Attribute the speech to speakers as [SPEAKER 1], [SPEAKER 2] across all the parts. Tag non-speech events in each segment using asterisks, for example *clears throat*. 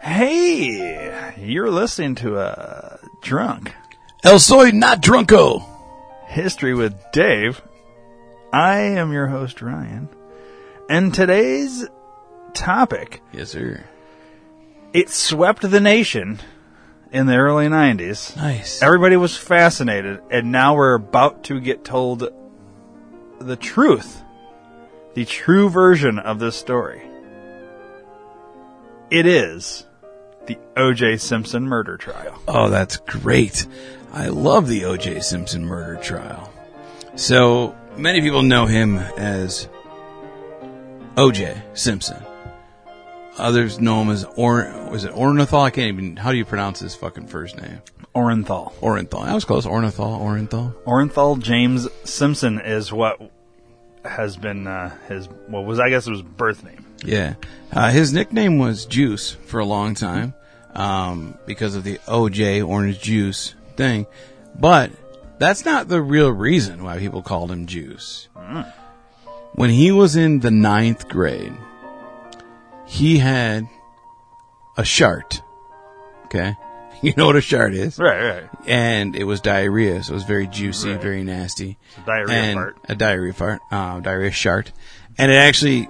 [SPEAKER 1] Hey, you're listening to uh, Drunk
[SPEAKER 2] El soy not drunko.
[SPEAKER 1] History with Dave. I am your host, Ryan. And today's topic
[SPEAKER 2] Yes, sir.
[SPEAKER 1] it swept the nation in the early 90s.
[SPEAKER 2] Nice.
[SPEAKER 1] Everybody was fascinated, and now we're about to get told the truth, the true version of this story. It is the O.J. Simpson murder trial.
[SPEAKER 2] Oh, that's great. I love the O.J. Simpson murder trial. So many people know him as O.J. Simpson. Others know him as Or. Was it Orenthal? I can't even. How do you pronounce his fucking first name?
[SPEAKER 1] Orenthal.
[SPEAKER 2] Orenthal. I was close. Orenthal. Orenthal.
[SPEAKER 1] Orenthal James Simpson is what has been uh, his what was I guess it was birth name.
[SPEAKER 2] Yeah. Uh, his nickname was Juice for a long time um, because of the OJ orange juice thing. But that's not the real reason why people called him Juice. When he was in the ninth grade, he had a shart. Okay. *laughs* You know what a shart is.
[SPEAKER 1] Right, right.
[SPEAKER 2] And it was diarrhea, so it was very juicy, very nasty
[SPEAKER 1] Diarrhea
[SPEAKER 2] and
[SPEAKER 1] part.
[SPEAKER 2] A diarrhea fart. Um, diarrhea shart. And it actually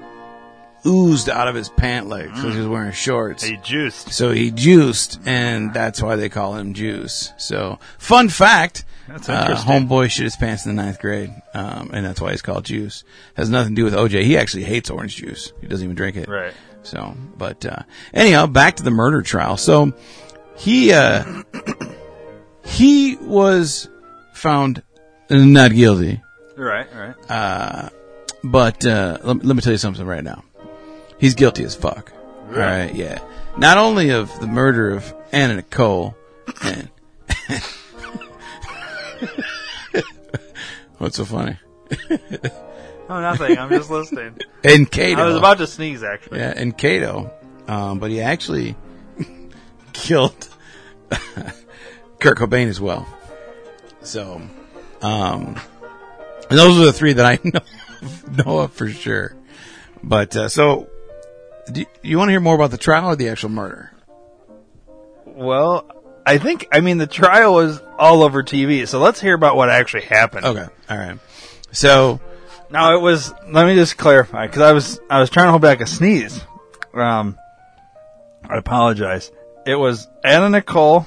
[SPEAKER 2] oozed out of his pant leg because
[SPEAKER 1] Mm.
[SPEAKER 2] he was wearing shorts.
[SPEAKER 1] He juiced.
[SPEAKER 2] So he juiced, and that's why they call him Juice. So, fun fact.
[SPEAKER 1] That's
[SPEAKER 2] uh,
[SPEAKER 1] interesting.
[SPEAKER 2] homeboy shit his pants in the ninth grade, um, and that's why he's called Juice. Has nothing to do with OJ. He actually hates orange juice. He doesn't even drink it.
[SPEAKER 1] Right.
[SPEAKER 2] So, but uh, anyhow, back to the murder trial. So he uh, *coughs* he was found not guilty,
[SPEAKER 1] Right, right.
[SPEAKER 2] but uh, let, let me tell you something right now. He's guilty as fuck. All right, yeah. Not only of the murder of Anna Nicole. And *laughs* What's so funny?
[SPEAKER 1] oh, nothing. I'm *laughs* just listening.
[SPEAKER 2] And Cato.
[SPEAKER 1] I was about to sneeze actually.
[SPEAKER 2] Yeah, and Cato. Um, but he actually *laughs* killed *laughs* Kurt Cobain as well. So, um, and those are the three that I *laughs* know, know of for sure. But, uh, so, do you, you want to hear more about the trial or the actual murder?
[SPEAKER 1] Well, I think I mean the trial was all over TV, so let's hear about what actually happened.
[SPEAKER 2] Okay. All right. So,
[SPEAKER 1] Now it was. Let me just clarify because I was I was trying to hold back a sneeze. Um, I apologize. It was Anna Nicole,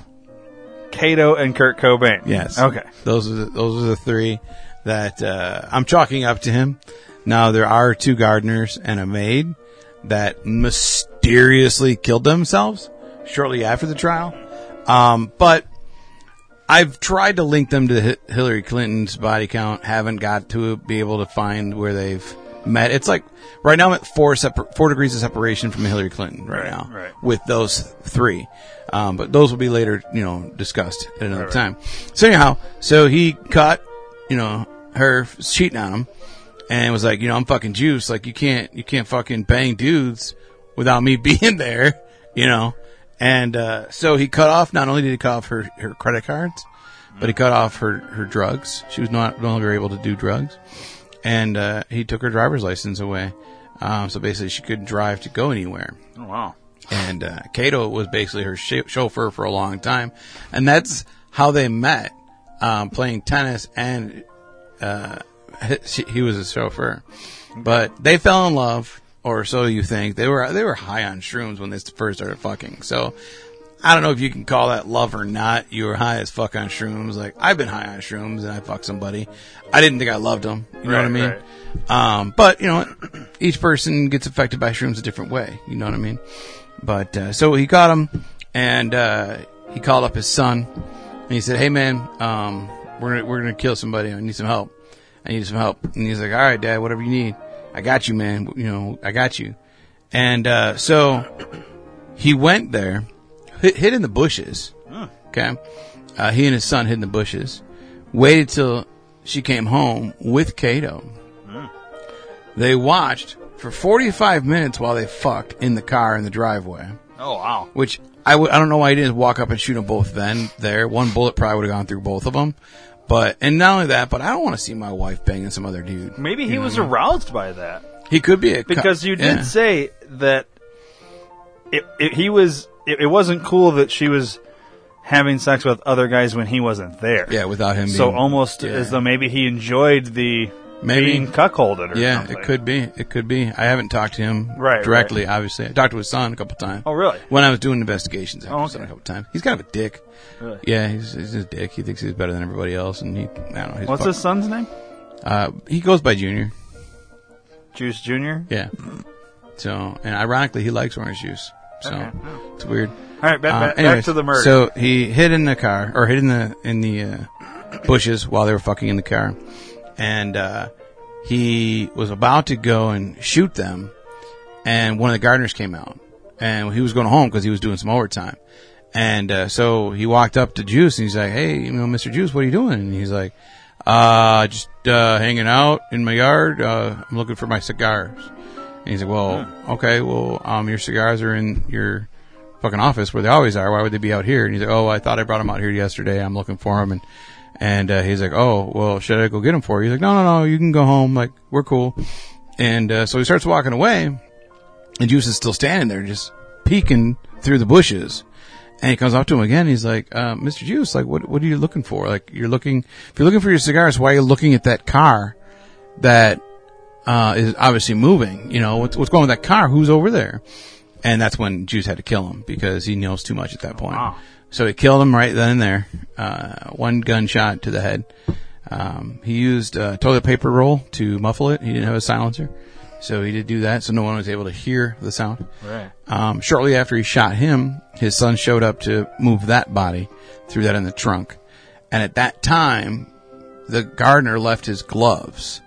[SPEAKER 1] Cato, and Kurt Cobain.
[SPEAKER 2] yes.
[SPEAKER 1] Okay.
[SPEAKER 2] Those are the, those are the three that, uh, I'm chalking up to him. Now, there are two gardeners and a maid that mysteriously killed themselves shortly after the trial. Um, but I've tried to link them to Hi- Hillary Clinton's body count. Haven't got to be able to find where they've met. It's like right now I'm at four separ- four degrees of separation from Hillary Clinton right,
[SPEAKER 1] Right,
[SPEAKER 2] now
[SPEAKER 1] right.
[SPEAKER 2] with those three. Um, but those will be later, you know, discussed at another time. So anyhow, so he caught, you know, her f- cheating on him and was like, you know, I'm fucking juice. Like you can't, you can't fucking bang dudes without me *laughs* being there, you know? And, uh, so he cut off, not only did he cut off her, her credit cards, but he cut off her, her drugs. She was not, no longer able to do drugs. And, uh, he took her driver's license away. Um, so basically she couldn't drive to go anywhere
[SPEAKER 1] Oh, wow.
[SPEAKER 2] and uh, Cato was basically her sh- chauffeur for a long time, and that's how they met, um, playing tennis, and uh, *laughs* he, he was a chauffeur. But they fell in love, or so you think. They were they were high on shrooms when they first started fucking. So I don't know if you can call that love or not. You were high as fuck on shrooms. Like I've been high on shrooms and I fucked somebody. I didn't think I loved them. You know what I
[SPEAKER 1] Right,
[SPEAKER 2] mean? Um, but you know, *clears throat* each person gets affected by shrooms a different way. You know what I mean? But uh, so he got him, and uh, he called up his son, and he said, "Hey man, um, we're gonna, we're gonna kill somebody. I need some help. I need some help." And he's like, "All right, dad, whatever you need, I got you, man. You know, I got you." And uh, so he went there, hid, hid in the bushes. Okay, uh, he and his son hid in the bushes, waited till she came home with Kato. They watched for 45 minutes while they fucked in the car in the driveway,
[SPEAKER 1] Oh wow.
[SPEAKER 2] which I w- I don't know why he didn't walk up and shoot them both then, there. One bullet probably would have gone through both of them. But, and not only that, but I don't want to see my wife banging some other dude.
[SPEAKER 1] Maybe
[SPEAKER 2] You
[SPEAKER 1] he
[SPEAKER 2] know
[SPEAKER 1] was
[SPEAKER 2] what I mean?
[SPEAKER 1] aroused by that
[SPEAKER 2] He could be a cu-
[SPEAKER 1] because you did
[SPEAKER 2] Mm-hmm. yeah.
[SPEAKER 1] say that it, it, he was. It, it wasn't cool that she was having sex with other guys when he wasn't there.
[SPEAKER 2] Yeah, without him
[SPEAKER 1] So
[SPEAKER 2] being-
[SPEAKER 1] almost
[SPEAKER 2] yeah.
[SPEAKER 1] as though maybe he enjoyed the
[SPEAKER 2] Maybe.
[SPEAKER 1] being cuckolded. Or
[SPEAKER 2] Yeah,
[SPEAKER 1] something.
[SPEAKER 2] it could be. It could be. I haven't talked to him
[SPEAKER 1] Right,
[SPEAKER 2] directly, obviously. I talked to his son a couple times.
[SPEAKER 1] Oh really?
[SPEAKER 2] When I was doing investigations, I
[SPEAKER 1] Oh,
[SPEAKER 2] talked to him a
[SPEAKER 1] okay.
[SPEAKER 2] couple times. He's kind of a dick.
[SPEAKER 1] Really?
[SPEAKER 2] Yeah, he's, he's a dick. He thinks he's better than everybody else, and he, I don't know. He's
[SPEAKER 1] What's
[SPEAKER 2] fuck-
[SPEAKER 1] his son's name?
[SPEAKER 2] Uh, he goes by Junior.
[SPEAKER 1] Juice Junior.
[SPEAKER 2] Yeah. So, and ironically, he likes orange juice. So
[SPEAKER 1] Okay.
[SPEAKER 2] it's weird.
[SPEAKER 1] All right, back,
[SPEAKER 2] Um,
[SPEAKER 1] back, back
[SPEAKER 2] anyways,
[SPEAKER 1] to the murder.
[SPEAKER 2] So he hid in the car, or hid in the in the uh, bushes while they were fucking in the car, and uh, he was about to go and shoot them, and one of the gardeners came out, and he was going home because he was doing some overtime, and uh, so he walked up to Juice and he's like, "Hey, you know, Mister Juice, what are you doing?" And he's like, "Uh, just uh, hanging out in my yard. Uh, I'm looking for my cigars." And he's like, "Well,
[SPEAKER 1] Hmm.
[SPEAKER 2] okay, well, um, your cigars are in your fucking office where they always are. Why would they be out here?" And he's like, "Oh, I thought I brought them out here yesterday. I'm looking for them." And and uh, he's like, "Oh, well, should I go get them for you?" He's like, "No, no, no. You can go home. Like, we're cool." And uh, so he starts walking away, and Juice is still standing there, just peeking through the bushes. And he comes up to him again. He's like, uh, "Mr. Juice, like, what what are you looking for? Like, you're looking if you're looking for your cigars, why are you looking at that car that uh, is obviously moving? You know, what's what's going on with that car? Who's over there?" And that's when Juice had to kill him because he knows too much at that point.
[SPEAKER 1] Wow.
[SPEAKER 2] So he killed him right then and there. Uh, one gunshot to the head. Um, he used uh, toilet paper roll to muffle it. He didn't have a silencer, so he did do that. So no one was able to hear the sound.
[SPEAKER 1] right.
[SPEAKER 2] Um, shortly after he shot him, his son showed up to move that body, threw that in the trunk. And at that time, the gardener left his gloves.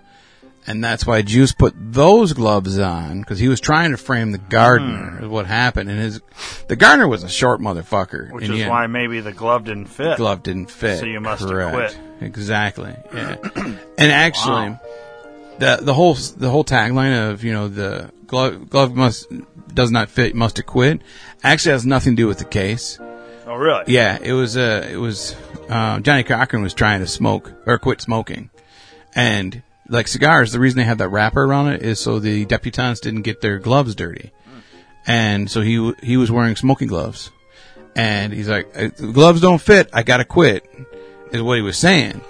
[SPEAKER 2] And that's why Juice put those gloves on, because he was trying to frame the gardener,
[SPEAKER 1] Hmm.
[SPEAKER 2] is what happened. And his, the gardener was a short motherfucker.
[SPEAKER 1] Which
[SPEAKER 2] and he
[SPEAKER 1] is
[SPEAKER 2] had-
[SPEAKER 1] why maybe the glove didn't fit.
[SPEAKER 2] glove didn't fit.
[SPEAKER 1] So you must have
[SPEAKER 2] Correct.
[SPEAKER 1] quit.
[SPEAKER 2] Exactly.
[SPEAKER 1] *clears throat*
[SPEAKER 2] Yeah. and actually, the the whole the whole tagline of you know the glove glove must does not fit must have quit actually has nothing to do with the case.
[SPEAKER 1] Oh really?
[SPEAKER 2] Yeah, it was uh, it was uh, Johnny Cochran was trying to smoke or quit smoking, and like cigars, the reason they had that wrapper around it is so the debutantes didn't get their gloves dirty, and so he w- he was wearing smoking gloves, and he's like, "Uh, the gloves don't fit, I gotta quit, is what he was saying.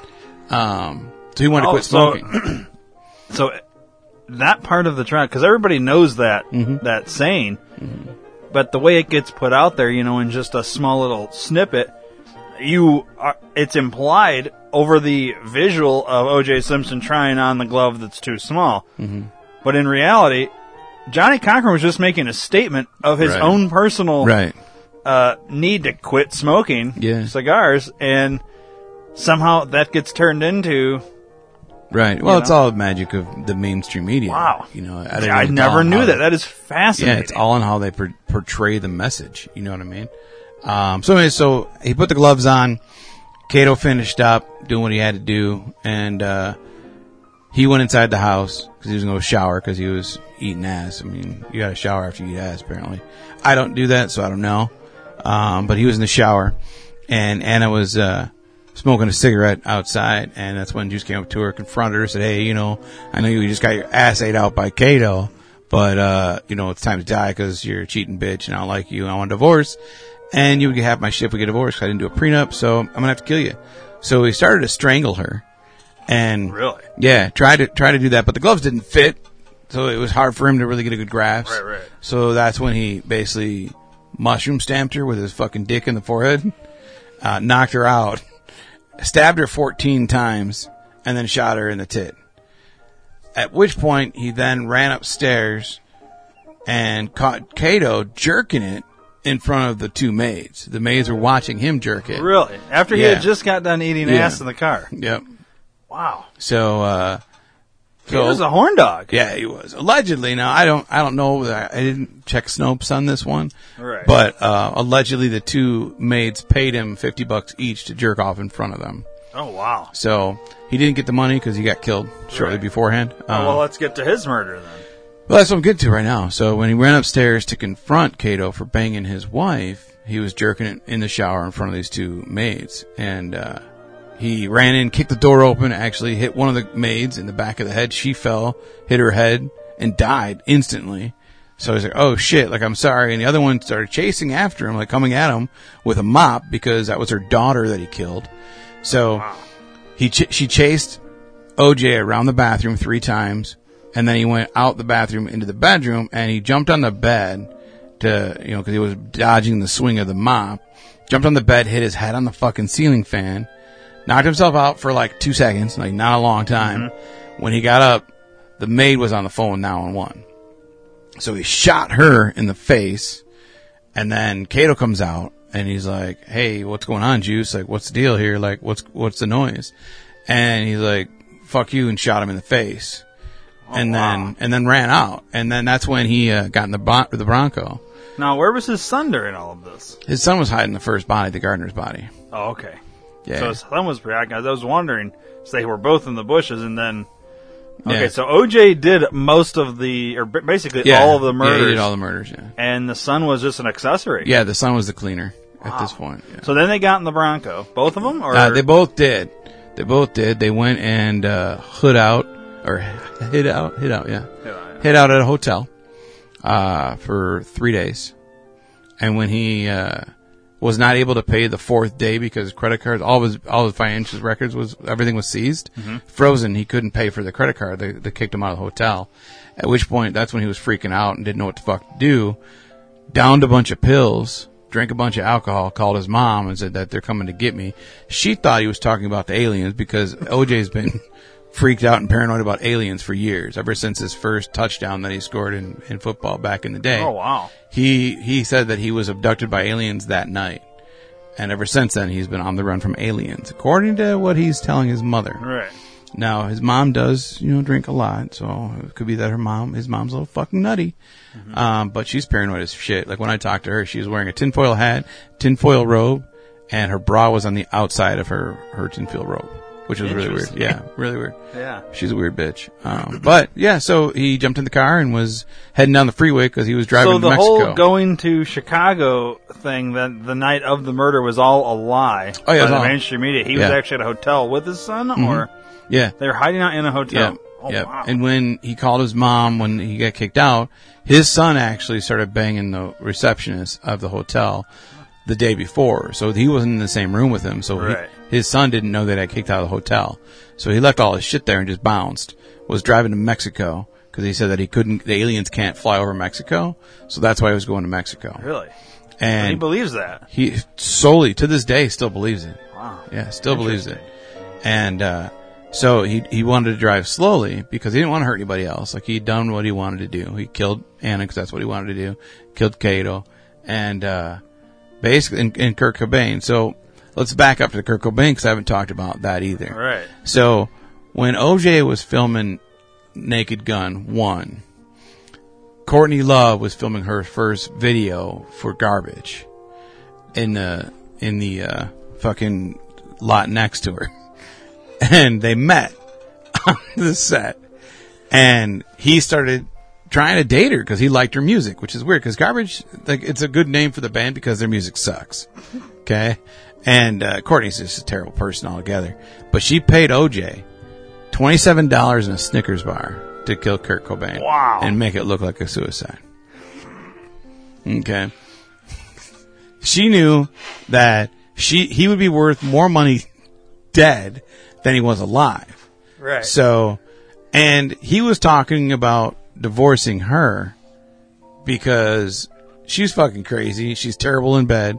[SPEAKER 2] Um, so he wanted
[SPEAKER 1] Oh,
[SPEAKER 2] to quit
[SPEAKER 1] so-
[SPEAKER 2] smoking.
[SPEAKER 1] *laughs* So that part of the trial, because everybody knows that
[SPEAKER 2] Mm-hmm.
[SPEAKER 1] that saying, but the way it gets put out there, you know, in just a small little snippet, you are, it's implied over the visual of O.J. Simpson trying on the glove that's too small.
[SPEAKER 2] Mm-hmm.
[SPEAKER 1] But in reality, Johnny Cochran was just making a statement of his
[SPEAKER 2] Right.
[SPEAKER 1] own personal
[SPEAKER 2] right.
[SPEAKER 1] uh, need to quit smoking
[SPEAKER 2] Yeah.
[SPEAKER 1] cigars, and somehow that gets turned into
[SPEAKER 2] Right. Well,
[SPEAKER 1] you
[SPEAKER 2] it's
[SPEAKER 1] know?
[SPEAKER 2] all the magic of the mainstream media.
[SPEAKER 1] Wow.
[SPEAKER 2] You know,
[SPEAKER 1] I,
[SPEAKER 2] think it's all
[SPEAKER 1] never
[SPEAKER 2] in
[SPEAKER 1] knew
[SPEAKER 2] how
[SPEAKER 1] that. That is fascinating.
[SPEAKER 2] Yeah, it's all in how they per- portray the message. You know what I mean? Um, so anyway, so he put the gloves on. Cato finished up doing what he had to do, and uh, he went inside the house because he was going to shower because he was eating ass. I mean, you got to shower after you eat ass, apparently. I don't do that, so I don't know. Um, but he was in the shower, and Anna was uh, smoking a cigarette outside, and that's when Juice came up to her, confronted her, said, "Hey, you know, I know you just got your ass ate out by Cato, but uh, you know it's time to die because you're a cheating bitch, and I don't like you, and I want a divorce, and you can have my shit if we get divorced. 'cause I didn't do a prenup, so I'm gonna have to kill you." So he started to strangle her, and
[SPEAKER 1] Really?
[SPEAKER 2] yeah, tried to try to do that, but the gloves didn't fit, so it was hard for him to really get a good grasp.
[SPEAKER 1] Right, right.
[SPEAKER 2] So that's when he basically mushroom stamped her with his fucking dick in the forehead, *laughs* uh, knocked her out, stabbed her 14 times, and then shot her in the tit. At which point, he then ran upstairs and caught Kato jerking it in front of the two maids. The maids were watching him jerk it.
[SPEAKER 1] Really? After he
[SPEAKER 2] Yeah.
[SPEAKER 1] had just got done eating
[SPEAKER 2] Yeah.
[SPEAKER 1] ass in the car.
[SPEAKER 2] Yep.
[SPEAKER 1] Wow.
[SPEAKER 2] So, uh,
[SPEAKER 1] He was a horn dog.
[SPEAKER 2] Yeah, he was allegedly. Now I don't, I don't know. I I didn't check Snopes on this one,
[SPEAKER 1] Right.
[SPEAKER 2] but uh, allegedly the two maids paid him fifty bucks each to jerk off in front of them.
[SPEAKER 1] Oh wow.
[SPEAKER 2] So he didn't get the money because he got killed shortly
[SPEAKER 1] Right.
[SPEAKER 2] beforehand. Um,
[SPEAKER 1] Oh, well, let's get to his murder then.
[SPEAKER 2] well, that's what I'm getting to right now. So when he ran upstairs to confront Cato for banging his wife, he was jerking it in the shower in front of these two maids, and uh, he ran in, kicked the door open, actually hit one of the maids in the back of the head. She fell, hit her head, and died instantly. So he's like, "Oh shit!" Like I'm sorry, and the other one started chasing after him, like coming at him with a mop because that was her daughter that he killed. So he ch- she chased OJ around the bathroom three times, and then he went out the bathroom into the bedroom, and he jumped on the bed to you know because he was dodging the swing of the mop. Jumped on the bed, hit his head on the fucking ceiling fan, knocked himself out for like two seconds, like not a long time. When he got up, the maid was on the phone now and one. So he shot her in the face, and then Cato comes out and he's like, "Hey, what's going on, Juice? Like, what's the deal here? Like, what's what's the noise?" And he's like, "Fuck you," and shot him in the face, and then and then ran out, and then that's when he uh, got in the bon- the Bronco.
[SPEAKER 1] Now, where was his son during all of this?
[SPEAKER 2] His son was hiding the first body, the gardener's body.
[SPEAKER 1] Oh, okay.
[SPEAKER 2] Yeah,
[SPEAKER 1] So his son was pretty. I was wondering. So they were both in the bushes, and then. Okay,
[SPEAKER 2] Yeah.
[SPEAKER 1] so OJ did most of the, or b- basically
[SPEAKER 2] Yeah.
[SPEAKER 1] all of
[SPEAKER 2] Yeah,
[SPEAKER 1] the
[SPEAKER 2] he
[SPEAKER 1] murders,
[SPEAKER 2] did all the murders. Yeah,
[SPEAKER 1] and the son was just an accessory.
[SPEAKER 2] yeah. The son was the cleaner at this point. yeah.
[SPEAKER 1] So then they got in the Bronco, both of them, or
[SPEAKER 2] Uh, they both did. They both did. They went and uh, hood out or *laughs* hid out, hid out, yeah,
[SPEAKER 1] Yeah,
[SPEAKER 2] hid out at a hotel uh, for three days. And when he uh, was not able to pay the fourth day because credit cards, all his all his financial records was everything was seized, frozen. He couldn't pay for the credit card. They, they kicked him out of the hotel. At which point, that's when he was freaking out and didn't know what the fuck to do. Downed a bunch of pills, drank a bunch of alcohol, called his mom and said that they're coming to get me. She thought he was talking about the aliens because OJ's been *laughs* freaked out and paranoid about aliens for years, ever since his first touchdown that he scored in, in football back in the day
[SPEAKER 1] oh wow,
[SPEAKER 2] he he said that he was abducted by aliens that night and ever since then he's been on the run from aliens according to what he's telling his mother
[SPEAKER 1] right,
[SPEAKER 2] now his mom does you know drink a lot so it could be that her mom his mom's a little fucking nutty
[SPEAKER 1] Mm-hmm.
[SPEAKER 2] um, but she's paranoid as shit like when i talked to her she was wearing a tinfoil hat tinfoil robe and her bra was on the outside of her her tinfoil robe which was really weird
[SPEAKER 1] Interesting.
[SPEAKER 2] yeah really weird
[SPEAKER 1] yeah,
[SPEAKER 2] She's a weird bitch. Um, but yeah, so he jumped in the car and was heading down the freeway because he was driving
[SPEAKER 1] So
[SPEAKER 2] to
[SPEAKER 1] the
[SPEAKER 2] Mexico.
[SPEAKER 1] whole going to Chicago thing that the night of the murder was all a lie.
[SPEAKER 2] Oh, yeah, it
[SPEAKER 1] by
[SPEAKER 2] was
[SPEAKER 1] the
[SPEAKER 2] all-
[SPEAKER 1] mainstream media. He was
[SPEAKER 2] yeah.
[SPEAKER 1] actually at a hotel with his son, or
[SPEAKER 2] yeah.
[SPEAKER 1] they were hiding out in a hotel.
[SPEAKER 2] Yeah.
[SPEAKER 1] Oh
[SPEAKER 2] yeah.
[SPEAKER 1] wow.
[SPEAKER 2] And when he called his mom when he got kicked out, his son actually started banging the receptionist of the hotel the day before. So he wasn't in the same room with him. So he-
[SPEAKER 1] Right.
[SPEAKER 2] his son didn't know that I kicked out of the hotel. So he left all his shit there and just bounced. Was driving to Mexico because he said that he couldn't, the aliens can't fly over Mexico. So that's why he was going to Mexico.
[SPEAKER 1] really,
[SPEAKER 2] And
[SPEAKER 1] he believes that.
[SPEAKER 2] he solely to this day still believes it.
[SPEAKER 1] Wow.
[SPEAKER 2] Yeah, still believes it. And uh, so he he wanted to drive slowly because he didn't want to hurt anybody else. Like he'd done what he wanted to do. He killed Anna because that's what he wanted to do. Killed Cato, and uh, basically and, and Kurt Cobain. So let's back up to Kurt Cobain because I haven't talked about that either.
[SPEAKER 1] Right.
[SPEAKER 2] So when OJ was filming Naked Gun 1, Courtney Love was filming her first video for Garbage in the in the uh, fucking lot next to her. *laughs* And they met on *laughs* the set. And he started trying to date her because he liked her music, which is weird because Garbage, like, it's a good name for the band because their music sucks. Okay. And uh, Courtney's just a terrible person altogether. But she paid OJ $27 in a Snickers bar to kill Kurt Cobain.
[SPEAKER 1] Wow.
[SPEAKER 2] And make it look like a suicide. Okay. She knew that she he would be worth more money dead than he was alive.
[SPEAKER 1] Right.
[SPEAKER 2] So, and he was talking about divorcing her because She's fucking crazy. She's terrible in bed,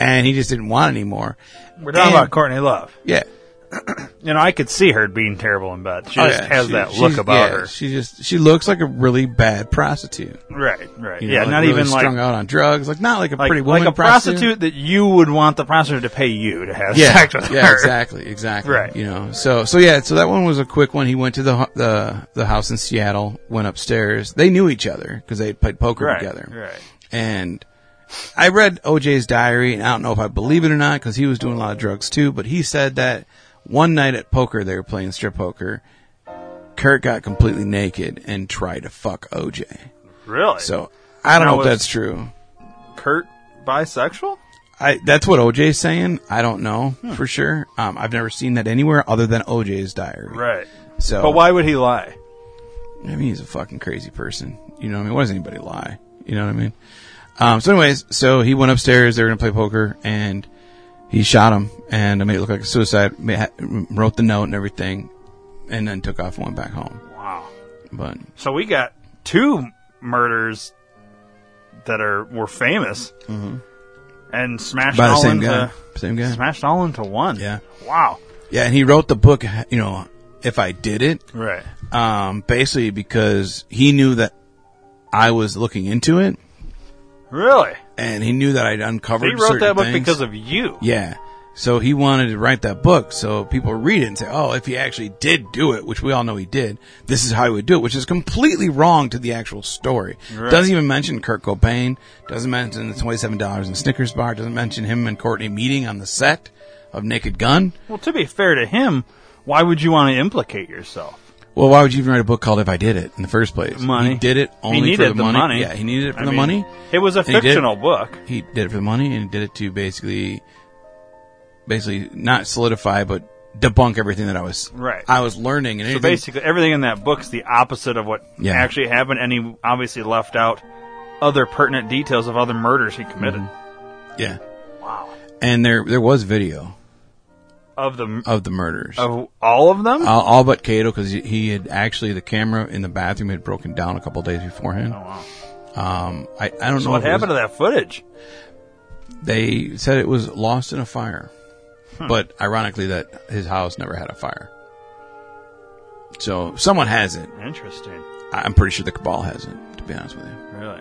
[SPEAKER 2] and he just didn't want anymore.
[SPEAKER 1] We're talking
[SPEAKER 2] And-
[SPEAKER 1] about Courtney Love.
[SPEAKER 2] Yeah,
[SPEAKER 1] You know, I could see her being terrible in bed. She
[SPEAKER 2] Oh,
[SPEAKER 1] just
[SPEAKER 2] yeah.
[SPEAKER 1] has
[SPEAKER 2] She-
[SPEAKER 1] that
[SPEAKER 2] she's-
[SPEAKER 1] look about
[SPEAKER 2] yeah,
[SPEAKER 1] her.
[SPEAKER 2] She just she looks like a really bad prostitute.
[SPEAKER 1] Right, right.
[SPEAKER 2] you know,
[SPEAKER 1] yeah,
[SPEAKER 2] like
[SPEAKER 1] not
[SPEAKER 2] really
[SPEAKER 1] even like
[SPEAKER 2] strung out on drugs, like not like a
[SPEAKER 1] like,
[SPEAKER 2] pretty
[SPEAKER 1] like
[SPEAKER 2] woman
[SPEAKER 1] a prostitute that you would want the prostitute to pay you to have *laughs*
[SPEAKER 2] Yeah,
[SPEAKER 1] sex with
[SPEAKER 2] yeah,
[SPEAKER 1] her.
[SPEAKER 2] exactly, exactly.
[SPEAKER 1] Right.
[SPEAKER 2] You know, so so yeah, so that one was a quick one. He went to the hu- the the house in Seattle, went upstairs. They knew each other because they played poker
[SPEAKER 1] Right,
[SPEAKER 2] together.
[SPEAKER 1] right.
[SPEAKER 2] And I read OJ's diary, and I don't know if I believe it or not because he was doing a lot of drugs too. But he said that one night at poker, they were playing strip poker. Kurt got completely naked and tried to fuck OJ.
[SPEAKER 1] Really?
[SPEAKER 2] So I don't
[SPEAKER 1] Now,
[SPEAKER 2] know if
[SPEAKER 1] was-
[SPEAKER 2] that's true.
[SPEAKER 1] Kurt bisexual?
[SPEAKER 2] I that's what OJ's saying. I don't know for sure. Um, I've never seen that anywhere other than OJ's diary.
[SPEAKER 1] Right.
[SPEAKER 2] So
[SPEAKER 1] But why would he lie?
[SPEAKER 2] I mean, he's a fucking crazy person. You know what I mean? Why does anybody lie? You know what I mean? Um, so anyways, so he went upstairs. They were going to play poker and he shot him and I made it look like a suicide, ma- ha- wrote the note and everything and then took off and went back home.
[SPEAKER 1] Wow.
[SPEAKER 2] But
[SPEAKER 1] So we got two murders that are were famous and
[SPEAKER 2] Mm-hmm.
[SPEAKER 1] smashed
[SPEAKER 2] by the
[SPEAKER 1] all
[SPEAKER 2] same
[SPEAKER 1] into
[SPEAKER 2] guy, same guy.
[SPEAKER 1] smashed all into one.
[SPEAKER 2] Yeah.
[SPEAKER 1] Wow.
[SPEAKER 2] Yeah. And he wrote the book, you know, if I did it,
[SPEAKER 1] Right.
[SPEAKER 2] um, basically because he knew that I was looking into it,
[SPEAKER 1] Really?
[SPEAKER 2] and he knew that I'd uncovered.
[SPEAKER 1] He wrote
[SPEAKER 2] certain
[SPEAKER 1] that book
[SPEAKER 2] things.
[SPEAKER 1] because of you.
[SPEAKER 2] yeah. So he wanted to write that book so people read it and say, "Oh, if he actually did do it, which we all know he did, this is how he would do it," which is completely wrong to the actual story.
[SPEAKER 1] Right.
[SPEAKER 2] Doesn't even mention Kurt Cobain. Doesn't mention the twenty-seven dollars in Snickers bar. Doesn't mention him and Courtney meeting on the set of Naked Gun.
[SPEAKER 1] Well, to be fair to him, why would you want to implicate yourself?
[SPEAKER 2] Well, why would you even write a book called "If I Did It" in the first place?
[SPEAKER 1] Money.
[SPEAKER 2] He did it
[SPEAKER 1] He
[SPEAKER 2] only for
[SPEAKER 1] needed
[SPEAKER 2] the,
[SPEAKER 1] the
[SPEAKER 2] money.
[SPEAKER 1] money.
[SPEAKER 2] Yeah, he needed it for
[SPEAKER 1] I
[SPEAKER 2] the
[SPEAKER 1] mean,
[SPEAKER 2] money.
[SPEAKER 1] It was a
[SPEAKER 2] he did.
[SPEAKER 1] fictional book.
[SPEAKER 2] he did it for the money and he did it to basically basically not solidify but debunk everything that I was
[SPEAKER 1] Right.
[SPEAKER 2] I was learning and
[SPEAKER 1] So
[SPEAKER 2] anything,
[SPEAKER 1] basically, everything in that book's the opposite of what
[SPEAKER 2] Yeah.
[SPEAKER 1] actually happened, and he obviously left out other pertinent details of other murders he committed.
[SPEAKER 2] Mm-hmm. yeah
[SPEAKER 1] Wow.
[SPEAKER 2] and there there was video
[SPEAKER 1] Of the
[SPEAKER 2] of the murders
[SPEAKER 1] of all of them.
[SPEAKER 2] all, all but Cato because he had actually the camera in the bathroom had broken down a couple days beforehand
[SPEAKER 1] Oh, wow.
[SPEAKER 2] um I, I don't
[SPEAKER 1] So
[SPEAKER 2] know
[SPEAKER 1] what
[SPEAKER 2] if it was-
[SPEAKER 1] happened to that footage?
[SPEAKER 2] they said it was lost in a fire but ironically that his house never had a fire so someone has it
[SPEAKER 1] Interesting.
[SPEAKER 2] I- I'm pretty sure the cabal has it to be honest with you
[SPEAKER 1] Really.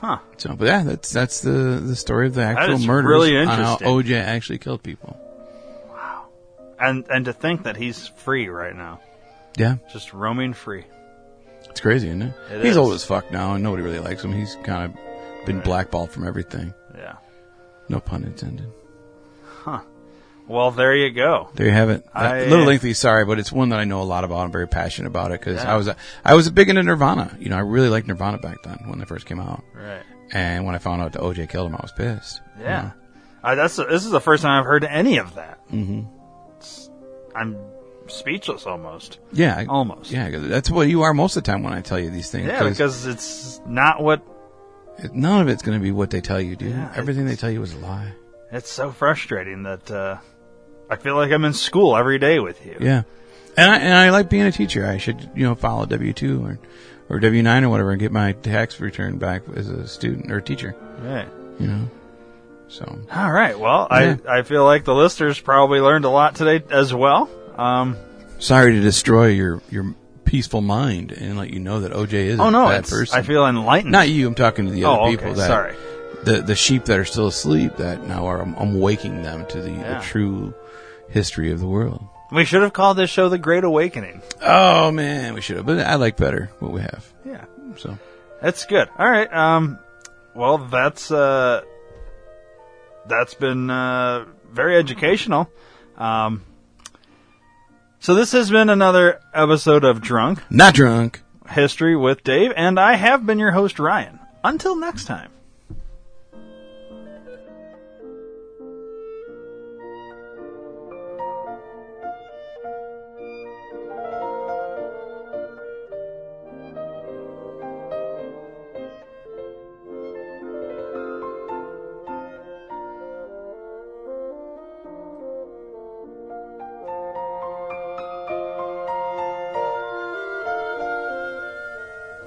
[SPEAKER 1] Huh.
[SPEAKER 2] So, but yeah, that's that's the the story of the actual
[SPEAKER 1] is
[SPEAKER 2] murders
[SPEAKER 1] really
[SPEAKER 2] on how
[SPEAKER 1] interesting.
[SPEAKER 2] OJ actually killed people.
[SPEAKER 1] And and to think that he's free right now,
[SPEAKER 2] Yeah,
[SPEAKER 1] just roaming free.
[SPEAKER 2] it's crazy, isn't it?
[SPEAKER 1] It
[SPEAKER 2] He's
[SPEAKER 1] is.
[SPEAKER 2] old as fuck now, and nobody really likes him. He's kind of been blackballed from everything.
[SPEAKER 1] Yeah.
[SPEAKER 2] No pun intended.
[SPEAKER 1] Well, there you go.
[SPEAKER 2] There you have it.
[SPEAKER 1] I-
[SPEAKER 2] a little lengthy, sorry, but it's one that I know a lot about. I'm very passionate about it because
[SPEAKER 1] Yeah.
[SPEAKER 2] I was a, I was a big into Nirvana. You know, I really liked Nirvana back then when they first came out,
[SPEAKER 1] Right.
[SPEAKER 2] and when I found out that OJ killed him, I was pissed.
[SPEAKER 1] Yeah. I, that's this is the first time I've heard any of that.
[SPEAKER 2] Mhm.
[SPEAKER 1] It's- I'm speechless almost.
[SPEAKER 2] Yeah, I-
[SPEAKER 1] Almost.
[SPEAKER 2] Yeah, 'cause that's what you are most of the time when I tell you these things.
[SPEAKER 1] Yeah, because it's not what
[SPEAKER 2] none of it's going to be what they tell you, dude.
[SPEAKER 1] Yeah,
[SPEAKER 2] Everything they tell you is a lie.
[SPEAKER 1] it's so frustrating that uh, I feel like I'm in school every day with you.
[SPEAKER 2] Yeah, and I, and I like being a teacher. I should you know follow W two or or W nine or whatever and get my tax return back as a student or a teacher.
[SPEAKER 1] Right.
[SPEAKER 2] You know, so
[SPEAKER 1] All right. Well,
[SPEAKER 2] Yeah.
[SPEAKER 1] I I feel like the listeners probably learned a lot today as well. Um,
[SPEAKER 2] sorry to destroy your your peaceful mind and let you know that OJ is
[SPEAKER 1] oh
[SPEAKER 2] a
[SPEAKER 1] no,
[SPEAKER 2] bad
[SPEAKER 1] it's,
[SPEAKER 2] person.
[SPEAKER 1] I feel enlightened.
[SPEAKER 2] not you. I'm talking to the other
[SPEAKER 1] oh, okay.
[SPEAKER 2] people. That,
[SPEAKER 1] Sorry.
[SPEAKER 2] The the sheep that are still asleep. That now are I'm, I'm waking them to the,
[SPEAKER 1] Yeah.
[SPEAKER 2] the true history of the world.
[SPEAKER 1] We should have called this show the Great Awakening.
[SPEAKER 2] Oh man, we should have. But I like better what we have.
[SPEAKER 1] Yeah.
[SPEAKER 2] So
[SPEAKER 1] That's good. All right. Um, well, that's uh, that's been uh, very educational. Um, so this has been another episode of Drunk
[SPEAKER 2] not drunk.
[SPEAKER 1] History with Dave, and I have been your host Ryan. Until next time.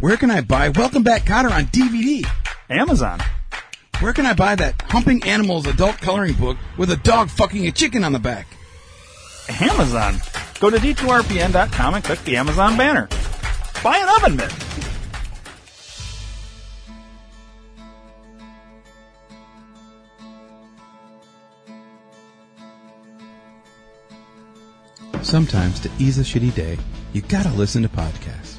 [SPEAKER 2] Where can I buy Welcome Back Cotter on DVD?
[SPEAKER 1] Amazon.
[SPEAKER 2] Where can I buy that Humping Animals adult coloring book with a dog fucking a chicken on the back?
[SPEAKER 1] Amazon. Go to d2rpn.com and click the Amazon banner. Buy an oven mitt.
[SPEAKER 2] Sometimes to ease a shitty day, you gotta listen to podcasts.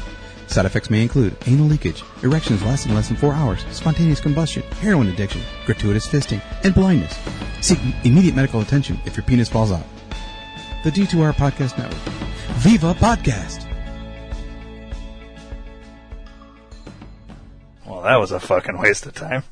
[SPEAKER 2] Side effects may include anal leakage, erections lasting less than four hours, spontaneous combustion, heroin addiction, gratuitous fisting, and blindness. Seek immediate medical attention if your penis falls out. The D2R Podcast Network. Viva Podcast!
[SPEAKER 1] Well, that was a fucking waste of time.